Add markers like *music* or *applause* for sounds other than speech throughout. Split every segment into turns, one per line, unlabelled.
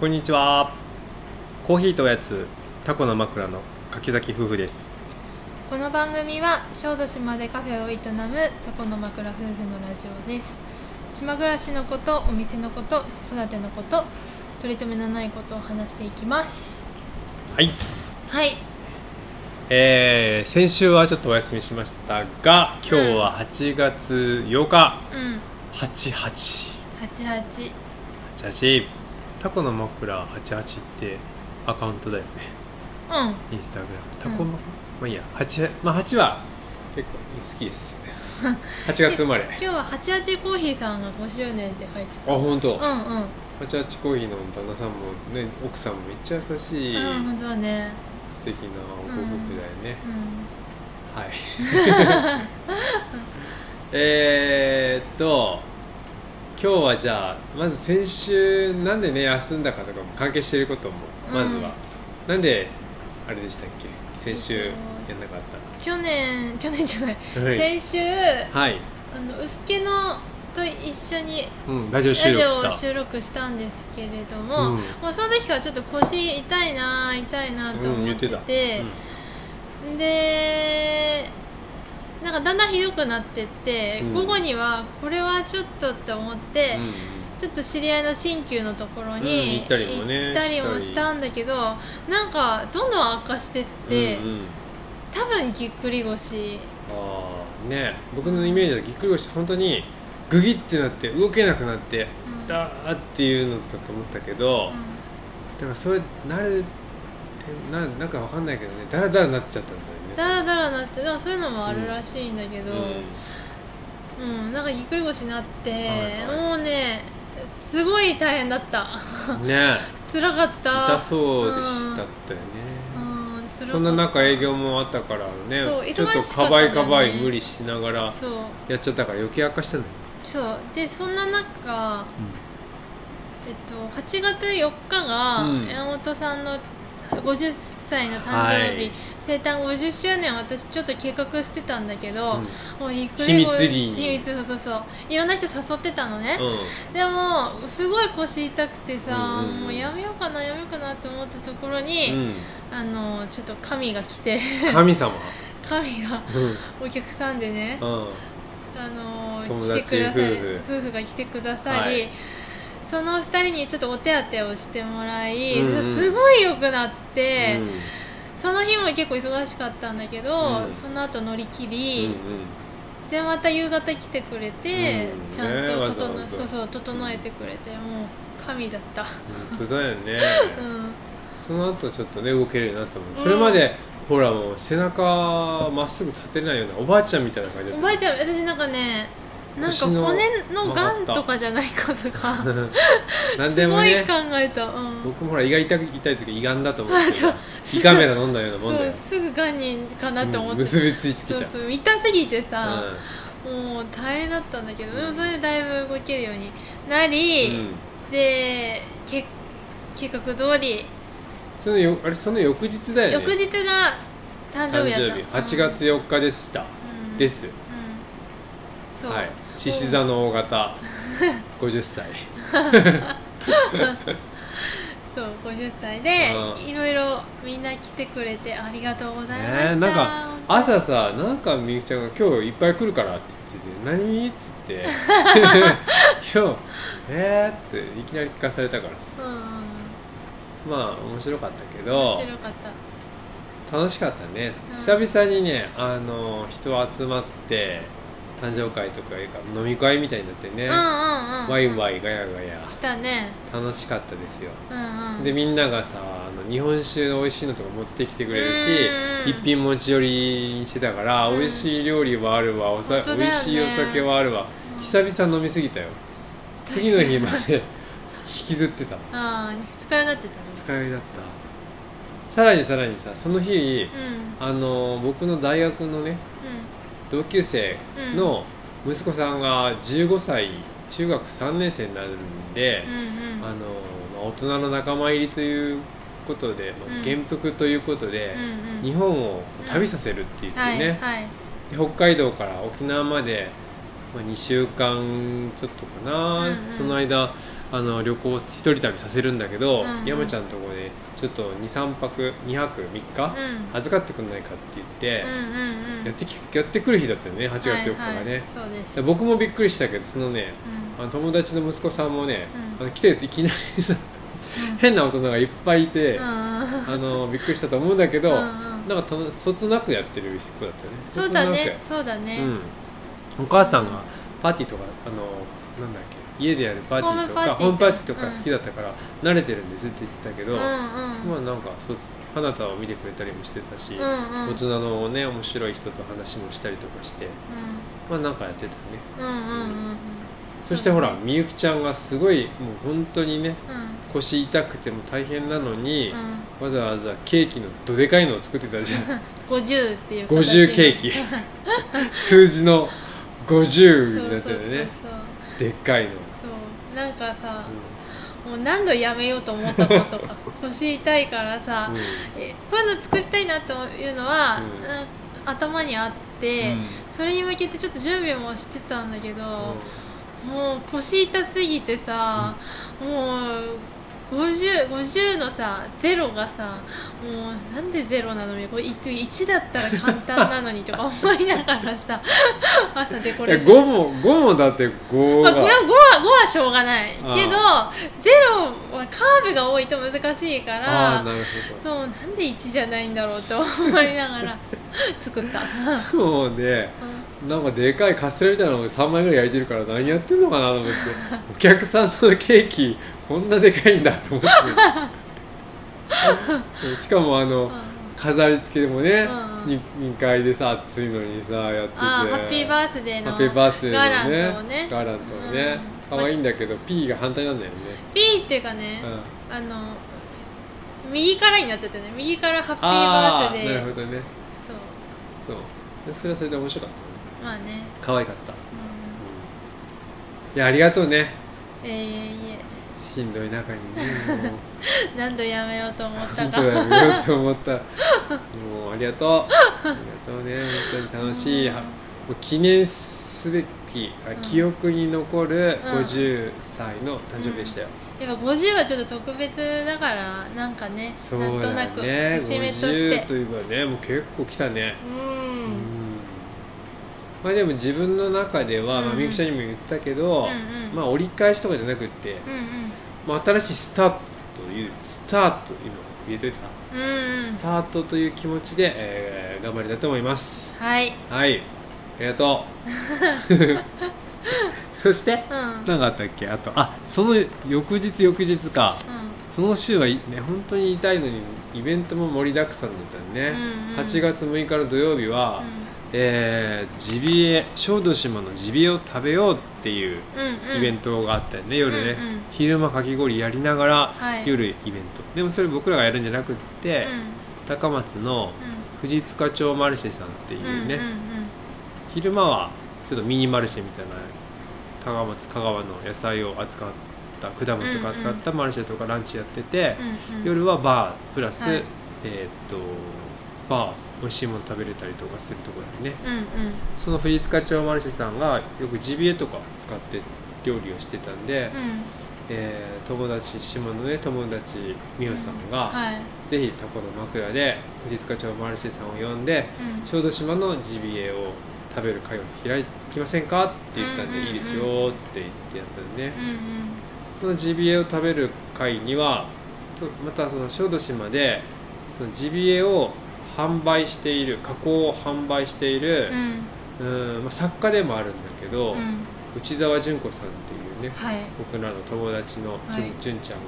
こんにちはコーヒーとおやつタコの枕の柿崎夫婦です
この番組は小豆島でカフェを営むタコの枕夫婦のラジオです島暮らしのことお店のこと子育てのこと取り留めのないことを話していきます
はい、
はい
えー、先週はちょっとお休みしましたが今日は8月8日、
うん
88
88
88タコの枕88ってアカウントだよね
うん
インスタグラムタコ枕、まあいいや 8, まあ8は結構好きです
*laughs*
8月生まれ
今日は88コーヒーさんが5周年って書いて
あ
た
本当、
うんうん
88コーヒーの旦那さんもね奥さんもめっちゃ優しい、
うん本当だね
素敵なご夫婦だよね、
う *laughs*
はいえーっと今日はじゃあまず先週なんでね休んだかとかも関係していることも
うん
まずは、なんであれでしたっけ先週
え
や
っと
んなかっ
ん去年 *laughs* 去年じゃない、
たはい、
先週
はい
あの薄毛のと一緒に
うん、ラジオ
ラ
収
ジ
録
オ
し
を
た
収録したんですけれど
う
も、
ん
もうその時からちょっと腰痛いな痛いなと
うん
思
言
っ
って
て
た、
て、でなんかだんだんひどくなってって、
うん
午後にはこれはちょっとって思って、ちょっと知り合いの鍼灸のところ
うん
に
行ったりもね
行ったりもしたんだけどなんかどんどん悪化してって、
うんうんうん
多分ぎっくり腰
あーね僕のイメージはぎっくり腰本当にグギってなって動けなくなって
うん
だーっていうのだと思ったけど、
うん
だからそれなるってななんかわかんないけどねだらだらなっちゃったんだ
だ
よね
らだらなってでもそういうのもあるらしいんだけど、うん、なんかぎっくり腰になって、
はいはい
もうねすごい大変だった
うん、ね
辛かった
痛そうでしたったよ
う
ね、
ん辛かった
そんな中営業もあったからね
そう忙し
ち
か
ょ
っ
った
んだ
と
よね
かばいかばい無理しながら
そう
やっちゃったから余計悪化したのよ、
そうでそんな中、えっと、8月4日が
うん
山本さんの50歳の誕生日、
はい
生誕50周年私ちょっと計画してたんだけど、
うん
もうぎっく
秘
り
密
腰
裏に
秘密そうそうそういろんな人誘ってたのね、
うん
でもすごい腰痛くてさ、
うんうんうん
もうやめようかなやめようかなと思ったところ
う
に、
ん
あのちょっと神が来て
神様、
神が
うん
お客さんでね、
うん
あの
友
来て
達
くださり
夫婦
夫婦が来てくださり、
はい
その2人にちょっとお手当てをしてもらい、
うんうん
すごい良くなって、
うん
その日も結構忙しかったんだけど、
うん
その後乗り切
うん
り、でまた夕方来てくれて、
うん
ちゃん
ね
と
わざ
整,、
わざ
そうそう整えてくれてもう神だった。
うん、本当だよね、
うん
その後ちょっとね動けるようになったもん、それまでほらもう背中まっすぐ立てないようなおばあちゃんみたいな感じだ
お
っ
ばあちゃん私なんかねなんか
腰の
骨のがんとかじゃないかとか
*laughs*
*laughs*
たなんですも
ごい
ね
考えた、うん、
僕もほら胃が痛く痛い時胃がんだと思って
そう
胃カメラ飲んだようなもんだ
そ
よ
うすぐがんにかなと思
う
っ
ん
て、
結びついて
そ
きち
う
ゃう
そう痛すぎて
う
さ、もう大変だったんだけどでもそれでだいぶ動けるようになん
う
り、
ん
でけ計画通り、
そのよあれその翌日だよね
翌日が誕生
誕
日や
生日
った
8月、4日でした、
うん
で、す
うん、そう、
はい獅子座の大
*laughs*
型50歳
そう50歳で
うん
いろいろみんな来てくれてありがとうございました、
ねえなんか朝さなんかみゆきちゃんが「今日いっぱい来るから」って言ってて「何?」っつ
*laughs*
って「今日えー?」っていきなり聞かされたからさ
うんうんうん
まあ面白かったけど
面白かった
楽しかったね、
うん
久々にねあの人集まって誕生会とかいうか飲み会みたいになってね、
うんうんうん
ワイワ
イ
イガヤガヤ
したね
楽しかったですよ
うんうん
でみんながさあの日本酒の美味しいのとか持ってきてくれる
うん
し一品持ち寄りにしてたから、
うん
美味しい料理はあるわおさ、
本当だよ
美
ね
味しいお酒はあるわ
うん
久々飲みすぎたよ次の日まで *laughs* 引きずってた
ああ二日酔いになってた
二日酔いだったさらにさらにさその日
ね
あの僕の大学のね同級生の息子さんが15歳中学3年生になるんで、
うんうんうんうん
あのまあ大人の仲間入りということで、まあ
うん
元服ということで、
うんうん
日本をこう旅させるって言って
はい
ね、
はい
で北海道から沖縄まで、まあ、2週間ちょっとかな、
うんうん
その間あの旅行一人旅させるんだけど、
うんうん
山ちゃんのとこでちょっと23泊2泊3日、
うん
預かってくんないかって言って
う、んうんうん
やってきやってくる日だったよね8月4日がね、
はいはい、そうです
で僕もびっくりしたけどそのねあの友達の息子さんもね、
うん
あの来てっていきなりさ変な大人がいっぱいいて、
うんうん
あのびっくりしたと思うんだけど、
うんうん
なんかとそつなくやってる子だったよね
そうだ
そつな
ね
く
そうだね、
うん、お母さんがパーティーとかあのなんだっけ家でやるパーティーとかホ
ホー
ー
ム
ム
パ
パ
ー
ー
テ
テ
ィ
ィ
ー
ーと
とか
か好きだったから慣れてるんですって言ってたけど、
うんうん
まあなんかそう花束を見てくれたりもしてたし、
うんうん
大人のね面白い人と話もしたりとかしてまあなんかやってたよね
うんうんうんうんうん
そしてほら
そうだ
みゆきちゃんがすごいもう本当にね
うん
腰痛くても大変なのに、
うん
わざわざケーキのどでかいのを作ってたじゃ
*laughs*
ん
50っていう形
50ケー
*laughs*
キ数字の
そう
50にな
そう
って
そう
る
そう
ねでっかいの、
そうなんかさ、もう何度やめようと思ったこと
*laughs*
か腰痛いからさ、
うん
えこういうの作りたいなというのは、
うん
なんか頭にあって、それに向けてちょっと準備もしてたんだけど、もう腰痛すぎてさ、もう 50, 50のさゼロがさもうなんでゼロなのにこれ 1, だったら簡単なの
*laughs*
にとか思いながらさ朝デコ
いや
レーション
5も5もだって5
まあ、
が、
5, は五は五はしょうがないけど
あ
ゼロはカーブが多いと難しいか
ああな
ら
る
そうなんで1じゃないんだろうと思い
*laughs*
ながら作った、うん
ほどもうねなんかでかいカステラみたいなのを3枚ぐらい焼いてるから何やってんのかなと思ってお客さんのケーキこんなでかいんだと思ってしかもあの、飾り付けもね、
うんうん
に2階でさ暑いのにさやってて
ああハッピーバースデー
ハ
の
ッピーバースデーのね
ガラントをね
ガラントをね
うん
可愛いんだけど P が反対なんだよね、
P っていうかね
う、ん、
あの右からになっちゃったよね右からハッピーバー
ああ
スデ
な
ー
るほどね
そ
そ
う
うでそれはそれで面白かったね
まあね、
可愛かった、うん
う
いやありがとうね
ん、ええいえい
しんどい中にねもう
え何度やめようと思っ
本 *laughs* 当
たか
だよ見ようと思ったもうありがとうありがとうね本当に楽しい、
うん
はもう記念すべきあ
うん
記憶に残る
うん
50歳の誕生日でしたよ、
やっぱ50はちょっと特別だからなんかね
そう
なんと
だ
なく
ね
節目として
50といえばねもう結構来たね
う
うんまあでも自分の中では、ま
う
あ、
ん
みゆきちゃんにも言ったけど、
うんうん
まあ折り返しとかじゃなくって、
う
まあ、新しいスタートというスタート今言えといた、
んうんうんうん
スタートという気持ちで、えー頑張りたいと思います
はい
はいありがと
*laughs*
うそして
うんうん
何かあったっけあとあその翌日翌日かその週はいね本当に痛いのにイベントも盛りだくさんだったよね、
うんうん
8月6日の土曜日は、えージビエ小豆島のジビエを食べようっていう
うんうん
イベントがあったよね、夜ね、
うんうん
昼間かき氷やりながら、
はい
夜イベントでもそれ僕らがやるんじゃなくって、高松の藤塚町マルシェさんっていう
うん
ね、
うんうん
昼間はちょっとミニマルシェみたいな高松香川の野菜を扱った果物とか扱ったマルシェとかランチやってて、
うんうん
夜はバープラス、
はい
えーっとバー美味しいもの食べれたりとかするところだよね、
うんうん
その藤塚町マルシェさんがよくジビエとか使って料理をしてたんで、
うん
えー友達島のね友達美穂さんが、
はい
ぜひタコの枕で藤塚町マルシェさんを呼んで
うん
小豆島のジビエを食べる会を開きませんかって言ったんで、
うんうんうん
いいですよって言ってやったんでね、
うん
そのジビエを食べる会にはとまたその小豆島でそのジビエを販売している加工を販売している、
うんうん
うんまあ、作家でもあるんだけど、
うん
内澤純子さんっていうね
はい
僕らの友達の純,、
はい
純ちゃんが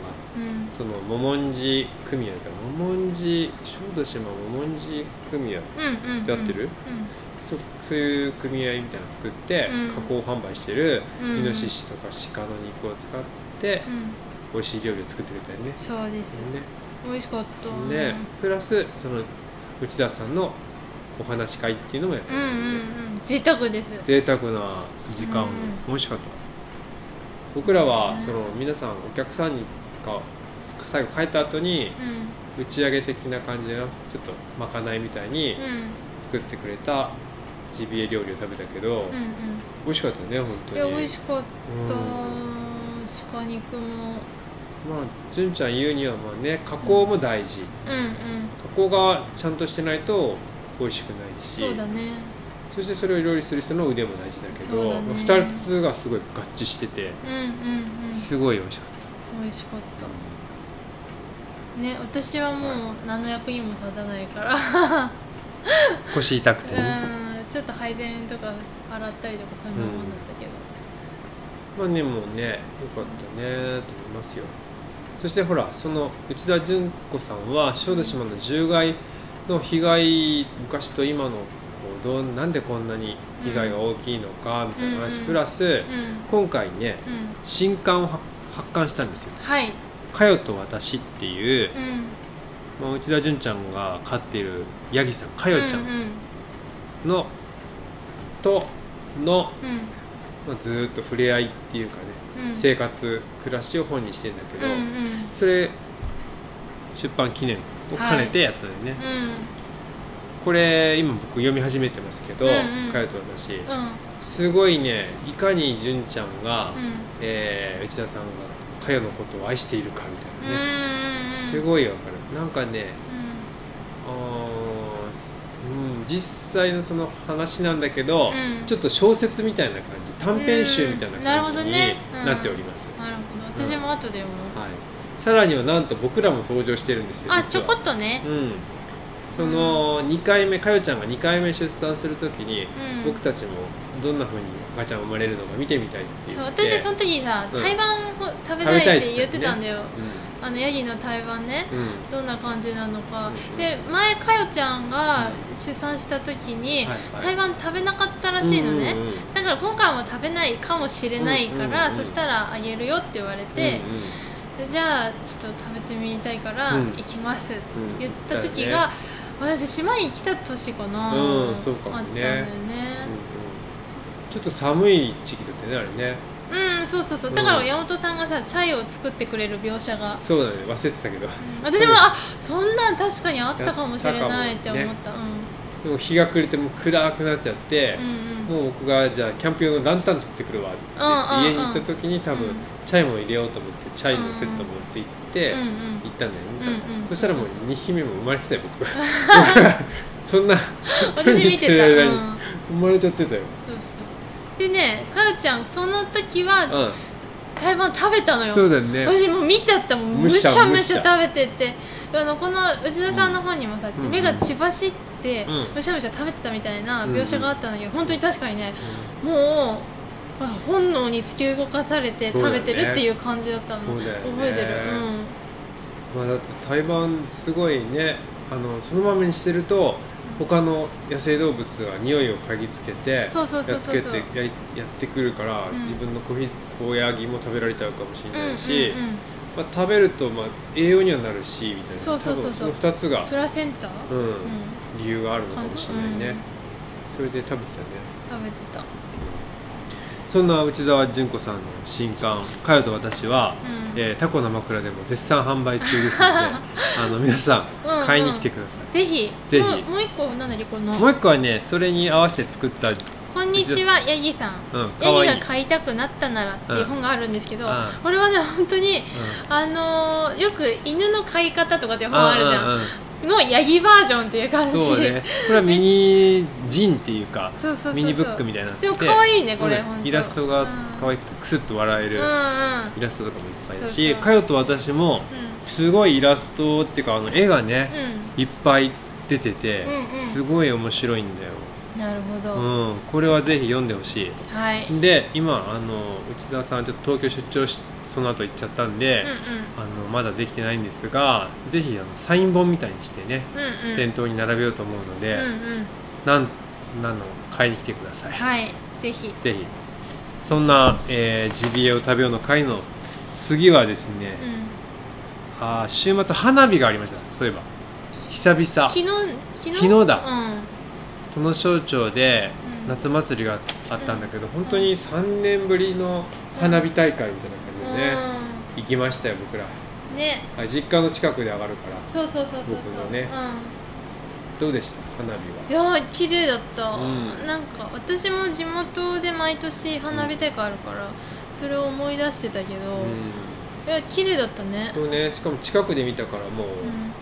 うん
そのももんじ組合だももんじ小豆島ももんじ組合
うんうん
やってるそそういう組合みたいなの作って、
うん
加工販売してる、
うん
イノシシとか鹿の肉を使って
うんうん
美味しい料理を作ってくれたよね。
そうです美味しかった
ねでプラスその内田さんのお話し会っていうのもやって
う
た
ん
よね。
うんうん贅沢です
贅沢な時間、
う
美味しかった僕らは
ね
その皆さんお客さんにか最後帰った後に
うん
打ち上げ的な感じでなちょっとまかないみたいに
うん
作ってくれたジビエ料理を食べたけど、
うんうん
美味しかったね本当
い
に
や美味しかった
うん
鹿肉も
まあ純ちゃん言うにはまあね加工も大事、
うんうん
加工がちゃんとしてないと美味しくないし
そうだね
そしてそれを料理する人の腕も大事だけ
そう
ど
だね
2つがすごい合致してて
うんうんうん
すごい美味しかった、
美味しかったね私はもう何の役にも立たないから *laughs*
腰痛くてね、
うんちょっと配膳とか洗ったりとかそんなもんだったけ
ま
ど、
あねもうねよかったねと思いますよそしてほらその内田純子さんは小豆島の獣害の被害昔と今のこうどうなんでこんなに被害が大きいのかみたいな話、
うん
プラス
うんうん
今回ね新刊を発発刊したんですよ
はい
「かよと私」っていう
う、ん
まあ、内田純ちゃんが飼っているヤギさんかよちゃ
うん
ん
うん
の、との、
うん
まあ、ずーっと触れ合いっていうかね、
うん
生活暮らしを本にしてんだけど、
うんうん
それ出版記念を兼ねてやったのよね、これ今僕読み始めてますけど
うんう
「
ん
かよと私
うんうん」
すごいねいかに純ちゃんが、
うん
えー内田さんがかよのことを愛しているかみたいなね、す
い、
ごいわかるなんかね
う
あーすうん、実際のその話なんだけど、
うん
ちょっと小説みたいな感じ短編集みたいな
うんなるほ
感
ど
じに
ねうん
なっております、
ん、なるほど私も後で読もう、
はい、さらにはなんと僕らも登場してるんですよ
あち
実
ょ
は
こっとね、
うんその2回目かよちゃんが2回目出産するときに、
うん
僕たちもどんなふうに赤ちゃん生まれるのか見てみたいって言
そ
っ
う私
て
その時さ、
うん
台湾を食べたいって言ってたんだよ、
う
あのヤギの台湾ね、
ん、うん
どんな感じなのか、
うん
で前かよちゃんが
う
出産した時に、
はいはい
台湾食べなかったらしいのね、
うんうんうん
だから今回も食べないかもしれないから、
うんうんうん
そしたらあげるよって言われて、でじゃあちょっと食べてみたいから
うん
行きますって
うん
言った時
だよ
が、私島に来た年かな、
うんそうかもね
あったんだよ
うんうん
ね
ちょっと寒い時期だったよねあれね
うん、そうそうそうだから
うん
山本さんがさチャイを作ってくれる描写が、
そうだね忘れてたけど
うん私も、
うん
あそんなん確かにあったかもしれないって思った
でも日が暮れてもう暗くなっちゃって
う、んうんうん
もう僕がじゃあキャンプ用のランタン取ってくるわって
うんうん
言って家に行った時に多分
うん
チャイも入れようと思ってチャイのセット持って行って
うんう
行っ
ん
たんだよね、
うんうん
そしたらもう
そうそう
2匹目も生まれてたよ
*laughs*
僕僕がそんな
私見てた、
間
う
*laughs* に
ん、そう
生まれちゃってたよ、
そうでねかよちゃんその時は
う
台湾食べたの
ん、
よ
そうだね
私もう見ちゃったもんむ
む
し
しゃ
ゃむ
む
し
し
ゃ
ゃ
食べてってあのこの内田さんの方にもさ、
うん
目が血走って、
うん
むしゃむしゃ食べてたみたいな描写があったんだけど、本当に確かにね
う
もうあ本能に突き動かされて
そう
食
だよ
べ
ね
てるっていう感じだったの、
そうだよね
覚えてるうん
んまあ、だって台湾すごいねあのそのままにしてると他の野生動物が匂いを嗅ぎつけて
そうそうそう
やっ
そ
つけ
う
てやいやってくるから、
うん
自分のコーヒー高野ギも食べられちゃうかもしれ
うん
ないし、
うんうん
まあ、食べるとまあ栄養にはなるしみたいな
そうそうそうそう
多分その2つが
プ、ラセンタ、
うん
う
理由があるのかもしれないね、
うん
それで食べてたね
ん、食べてた、うん
そんな内澤純子さんの新刊「かよと私は」えータコの枕」でも絶賛販売中です
*laughs*
のであの皆さ
うんうん
ん買いに来てください、
ぜひ
ぜひ
もうもう一個なんだっけこの
もう一個はねそれに合わせて作った、うん、
こんにちはヤギさん
か
ヤ
わ
ギ
いい、
が買いたくなったならっていう本があるんですけど、
うん
これはね本当に
う
あのーよく犬の飼い方とかっていう本
ん
あるじゃん
うんうん
のヤギバージョンっていう感じ
そうねこれはミニジンっていうか
そうそうそうそう
ミニブックみたいになって
で
て
も可愛いねこれ、
うん
本当
イラストが可
い
愛くてクスッと笑え
い
る
うんうん
イラストとかもいっぱいだ
そ
し
うそう
かよと私もすごいイラストっていうかあの絵がね
う
いっぱい出てて
うんうん
すごい面白いんだよ、
んなるほど、
うん、これはぜひ読んでほし
はい、うんう
いで今あの内田さんちょっと東京出張しその後行っちゃったんで、
ん
あのまだできてないんですがぜひあのサイン本みたいにしてね
うんうん
店頭に並べようと思うので、
うんうん
なんなんの買いに来てください、
はいぜひ
ぜひそんな、えージビエを食べようの会の次はですね、
うん
あー週末花火がありましたそういえば久々
昨日昨
昨日だ
うん
殿庄町で
うん
夏祭りがあったんだけど、本当に3年ぶりの花火大会みたいな感じでね、行きましたよ僕ら
うんね
あ実家の近くで上がるから
そうそうそうそうそう
僕のね
うん
どうでした花火はい
やー綺麗だった、
うん
なんか私も地元で毎年花火大会あるから、そそれを思い出してたけど、
う
いや綺麗だったね
ん、でもねしかも近くで見たからもう、
うんうん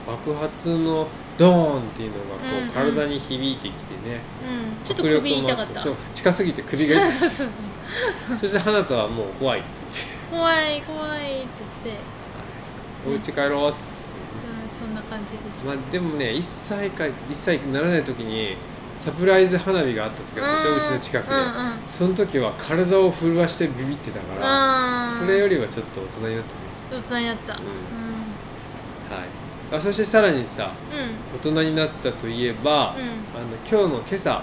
爆発のドーンっていうのがこう、
うんうん
体に響いてきてね
ちょっと
迫力
首
も
痛か
あ
ってた
そう近すぎて首が痛い
*laughs* そうそう
そして花とはもう怖いって
怖い怖いって言って、
言って「お家帰ろう」っつって、
うん、そんな感じでした、
まあ、でもね1歳か1歳にならない時にサプライズ花火があった時があったでしょうちの近くで、
うんうんうん
その時は体を震わしてビビってたから、それよりはちょっと大人になったね
大人になったうん
はい、あそしてさらにさ大人になったといえば、
うん
あの今日の今朝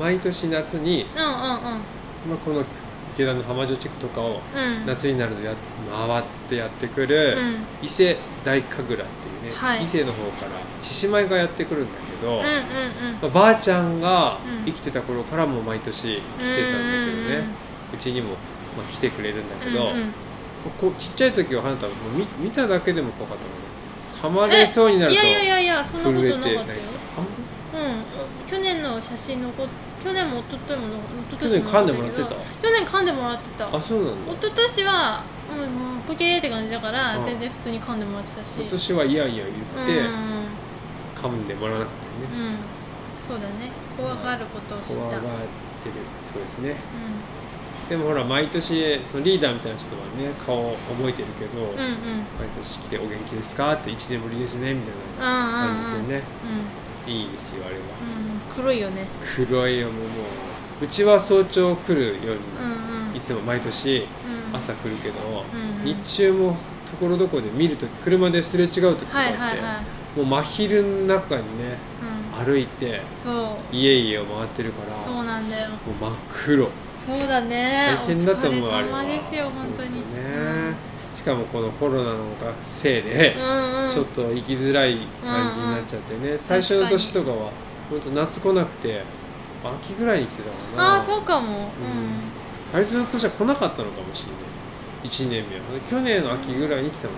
毎年夏に、
うんうんうんうん
まあ、この池田の浜城地区とかを
うん
夏になるとや回ってやってくる、
うん
伊勢大神楽っていうね、
はい
伊勢の方から獅子舞がやってくるんだけど、
うんうんうん
まあ、ばあちゃんが
う
生
ん
きてた頃からもう毎年来てたんだけどね、うちにも、まあ、来てくれるんだけど、
うんうん
こうちっちゃい時は花たもう見見ただけでも怖かったのね噛まれそうになる
い
と
やいやいやいやそんなことなかったよ
震えて
うん去年の写真残っ去年も一昨日も
去
一昨
年
年
噛んでもらってた
去年噛んでもらってた
あ
一
そうなんだ
昨年はもうもうポケーって感じだから
うん
全然普通に噛んでもらってたし
今年はいやいや言って
うん
噛んでもらわなかったよね
うんそうだね怖がることを知
怖
っ
が
た
っ
う
て
ん
るそうですねでもほら毎年そのリーダーみたいな人はね顔覚えてるけど、
うんうん
毎年来てお元気ですかって1年ぶりですねみたい
うん
な
うん
感
うん
じでね
うん
いいですよあれは
うん黒いよね
黒いよもうもううちは早朝来るように
うんうん
いつも毎年
うん
朝来るけど、
うんうん
日中もところどころで見ると車ですれ違う時とかあ
は
っ
い
て、
はいはい
もう真昼の中にね
うん
歩いて
そう
家々を回ってるから
そうなんだよ
もう真っ黒
そうだね
大変だと思う
お
あれ
疲
は
れ様ですよ本当に
本当ね、しかもこのコロナのせいで
う、んうん
ちょっと生きづらい感じになっちゃってね、最初の年とかは本当夏来なくて秋ぐらいに来てたかな
ああそうかもうん
最初の年は来なかったのかもしれない1年目は去年の秋ぐらいに来たの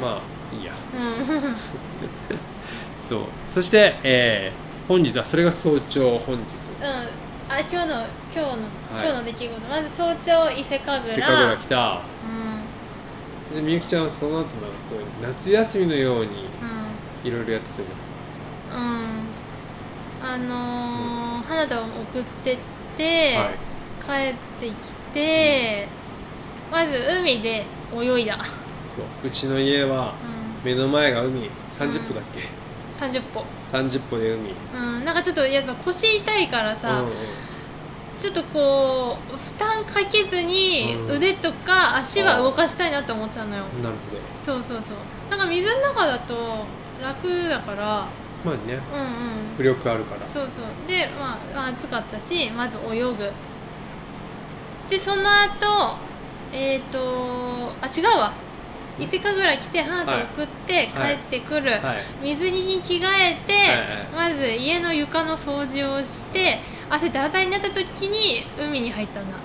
まあいいや
うんうん
そうそして、えー本日はそれが早朝本日
うんあ今日の今日の、
はい
今日の出来事まず早朝伊勢神楽
せっかく来た
うん
でみゆきちゃんはその後なんかそういう夏休みのように
うん
いろいろやってたじゃ
うんあのー花田を送ってって、
ん、はい
帰ってきて、まず海で泳いだ、
そううちの家は
う
目の前が海30歩だっけ、
ん、30歩、
30歩で海
うん、なんかちょっとやっぱ腰痛いからさ、
うんうん
ちょっとこう負担かけずに
うん
腕とか足は動かしたいなと思ってたのよ、
なる
そうそうそうなんか水の中だと楽だから
ほどまあね
うんうん
浮力あるから
そうそうでまあまあ暑かったしまず泳ぐでその後えっ、とあ違うわ伊勢神楽来て花と送って帰
はい
ってくる、
はい
水に着替えて、まず家の床の掃除をして汗だらだらになった時に海に入ったんだ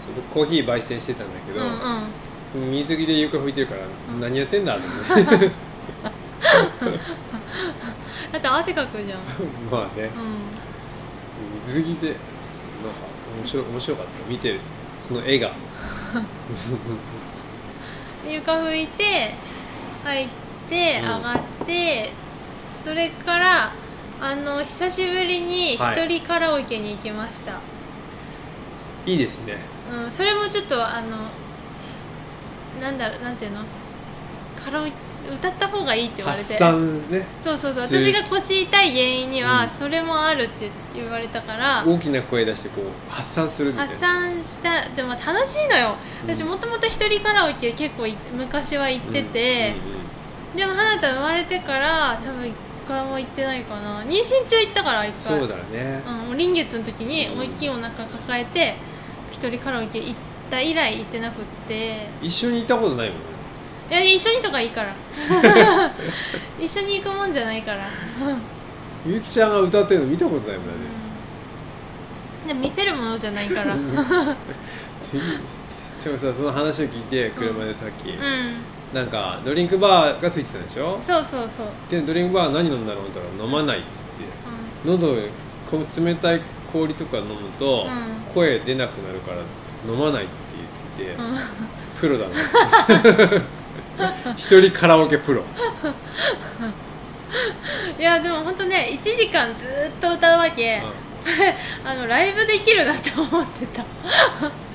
そう僕コーヒー焙煎してたんだけ
うん
ど、
うん
水着で床拭いてるから、
ん
何やってんだと思って
だって汗かくじゃん *laughs*
まあね
う
水着でなんか面白面白かった見てるその絵が
んで床拭いて入って
う
上
ん
がって、それからあの久しぶりに一
はい
人カラオケに行きました、
いいですね
うん、それもちょっとあのなんだろうなんていうのカラオケ歌った方がいいって言われ
発
て
散ね
そうそうそう
する
私が腰痛い原因に
うん
はそれもあるって言われたから、
大きな声出してこう発散するみたいな
発散したでも楽しいのよ
うん
私もともと一人カラオケ結構い昔は行ってて、でも花田生まれてから多分一回も行ってないかな妊娠中行ったから一
うんうん
回
そうだね
うん、もう臨月の時に思いっきりお腹抱えて一人カラオケ行った以来行ってなくって
一緒にいたことないもんね
いや一緒にとかい
*laughs*
いから一緒に行くもんじゃないから、
ゆうきちゃんが歌ってるの見たことないもんね、
うん、でも見せるものじゃない
*laughs*
からうん
でもさその話を聞いて車でさっき、なんかドリンクバーがついてたでしょ
そうそうそう、
でドリンクバー何飲んだろうって言ったら飲まないっつって
う
喉こう冷たい氷とか飲むと
うん
声出なくなるから飲まないって言ってて、
うん
プロだ
*laughs*
な一人カラオケプロ
いやでも本当ね1時間ずっと歌うわけ
う
あのライブできるなと思ってた
ん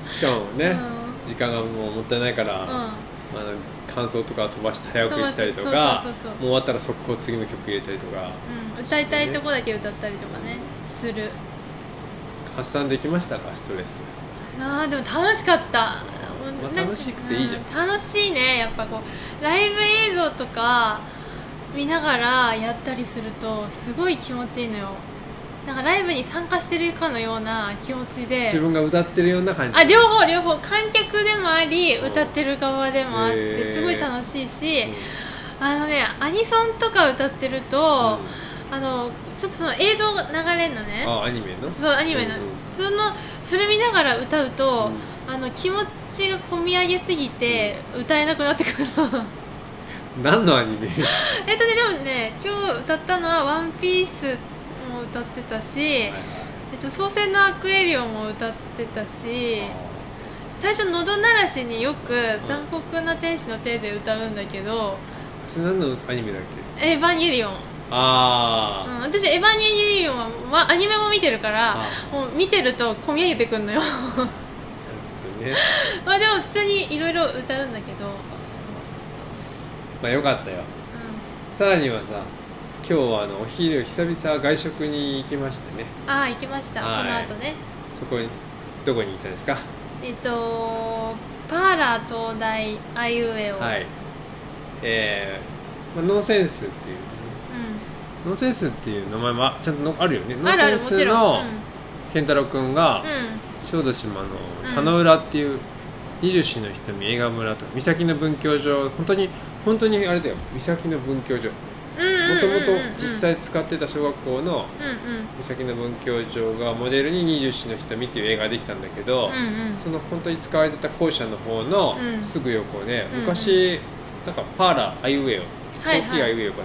しかもね、
うん
時間がもうもったいないから、
うん
あの感想とか飛ばして早送りしたりとか
そうそうそうそう
もう終わったら速攻次の曲入れたりとか
うん、歌いたいとこだけ歌ったりとかねする
発散できましたかストレス
あーでも楽しかった、もうなんか
楽しくていいじゃん
う楽しいねやっぱこうライブ映像とか見ながらやったりするとすごい気持ちいいのよなんかライブに参加してるかのような気持ちで
自分が歌ってるような感じ
あ両方両方観客でもあり
うん
歌ってる側でもあっ
へー
てすごい楽しいし、
うん
あのねアニソンとか歌ってると、あのちょっとその映像が流れるのね
あアニメの
そうアニメの、
うんうん
そのそれ見ながら歌うと、
うん
あの気持ちが込み上げすぎて歌えなくなってくるの *laughs*
何のアニメ
えっとねでもね今日歌ったのは「ワンピースも歌ってたし「えっと、創世のアクエリオン」も歌ってたし最初「のど鳴らし」によく「残酷な天使の手」で歌うんだけど
それ何のアニメだっけ
「エヴァンゲリオン」
あ
う
ー
ん、私「エヴァンゲリオンは」はアニメも見てるから
あ
もう見てると込み上げてくるのよ *laughs*
なるほどね
まあでも普通にいろいろ歌うんだけど
まあよかったよ
う
さらにはさ今日はあのお昼久々外食に行きましてね
ん、ああ行きましたそ
はい
の後ね
そこにどこに行ったんですか
えっとパーラ東大あいうえお、
はいえーまあ、ノーセンスっていうノーセンスっていう名前もあちゃんとのあるよね
う
ノ
ん、あ
ー
る
セン
あるも
ス
ちろん、うん
の健太郎くんが小豆島の田之浦っていう二十四の瞳映画村とか三崎の文教所本当に本当にあれだよ三崎の文教所も
うん、
とも
も
と実際使ってた小学校の
うんうん
三崎の文教所がモデルに二十四の瞳っていう映画ができたんだけど、
うんうん
その本当に使われてた校舎の方の
うん
すぐ横で、
うんうん
昔なんかパーラアイウェオコ
はい
ーヒー
は
アイ
い、
ウェオかな、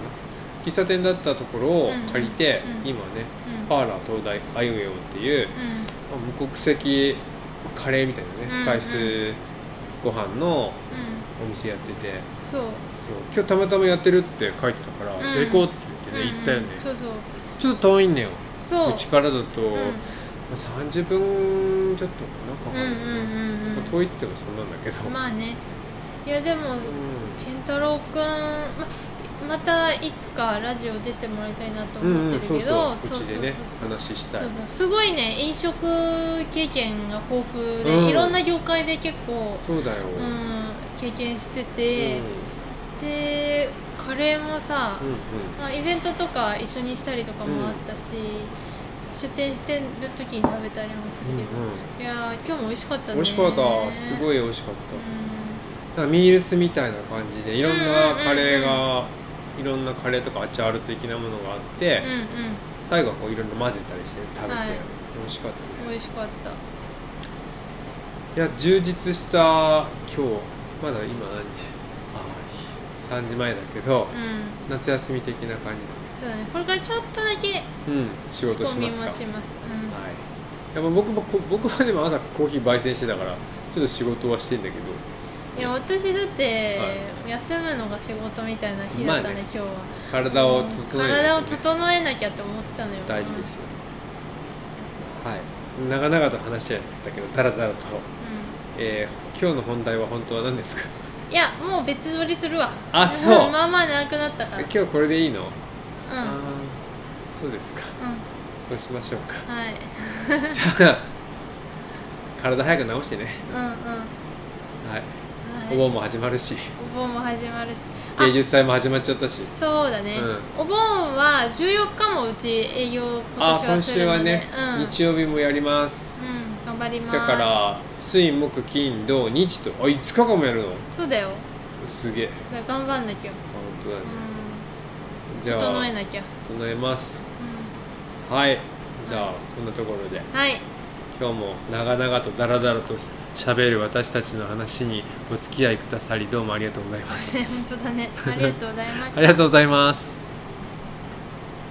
喫茶店だったところを借りて、
うんうん
今ね
うん
パーラ東大アイウェオっていう
う
まあ無国籍カレーみたいなねスパイ
うん
スご飯の
んうん
お店やってて、
そう
そう今日たまたまやってるって書いてたから、
うん
じゃあ行こうって言ってね、行ったよね
うんうんそうそう
ちょっと遠いんだよ
そう
うちからだと、
うん
まあ30分ちょっとか
う
なか
ん
かる
うんうん
まあ遠いって言ってもそんなんだけど、
うんまあねいやでも
う
健太郎くんままたいつかラジオ出てもらいたいなと
ん、
思
う
っ
ん、
て
そ
る
う
け
そう
ど
うちでね
そう
話したい
そうそうすごいね飲食経験が豊富で、
うん
いろんな業界で結構、
そうだよ、
う
うん
ん、経験して
うん
て、でカレーもさ、まあ、イベントとか一緒にしたりとかもあったし、出店してる時に食べたりもす
う
る
ん
けど、いやー今日も美味しかったね
美味しかったすご
い、
い美味しかっ
う
た、な
ん
んかミールスみたいな感じでいろんなカレーが、いろんなカレーとかアチャール的なものがあって、
うん
最後はこういろんな混ぜたりして食べて、
はい
美味しかった
う
ね
ん、美味しかった
いや充実した今日まだ今何時ああ3時前だけど、
うん
夏休み的な感じ
そうだねこれからちょっとだけ
だねうん仕事し
込み
ます
も
か
しま
は
す
いやっぱ僕もこ僕はでも朝コーヒー焙煎してたからちょっと仕事はしてんだけど
うん、いや私だって、休むのが仕事みたいな日だった
まあ
ね,、
ね
今日は
体を整えないとね
体を整えなきゃって思ってたのよ
大事ですよ、
うんそう
はい長々と話し合ったけどだらだらと、
そう
えー今日の本題は本当は何ですか
うんいやもう別撮りするわ
あそう
*laughs* まあまあ長くなったから
今日これでいいの、
う
あ
ん
ーそうですか
う
そうしましょうか
んはい
じゃあ体早く治してね
うんうん
はい
はい
お盆も始まるし
お盆も始まるしあ
芸術祭も始まっちゃったし
そうだね、お盆は14日もうち営業今
あ
年
ー今
はす
週
るの
は
で
ね、
うん、
日曜日もやります
うん、頑張ります
だから水木金土日とあ5日間もやるの
そうだよ
すげえ
だから頑張んなきゃ、
あ本当だね
う、ん、
じゃあ
整えなきゃ、
整えます
う
はいじゃあこんなところで
ん、はい *laughs*
今日も長々とダラダラと喋る私たちの話にお付き合いくださりどうもありがとうございます
本当だねありがとうございまし
あ
た
りがとうございます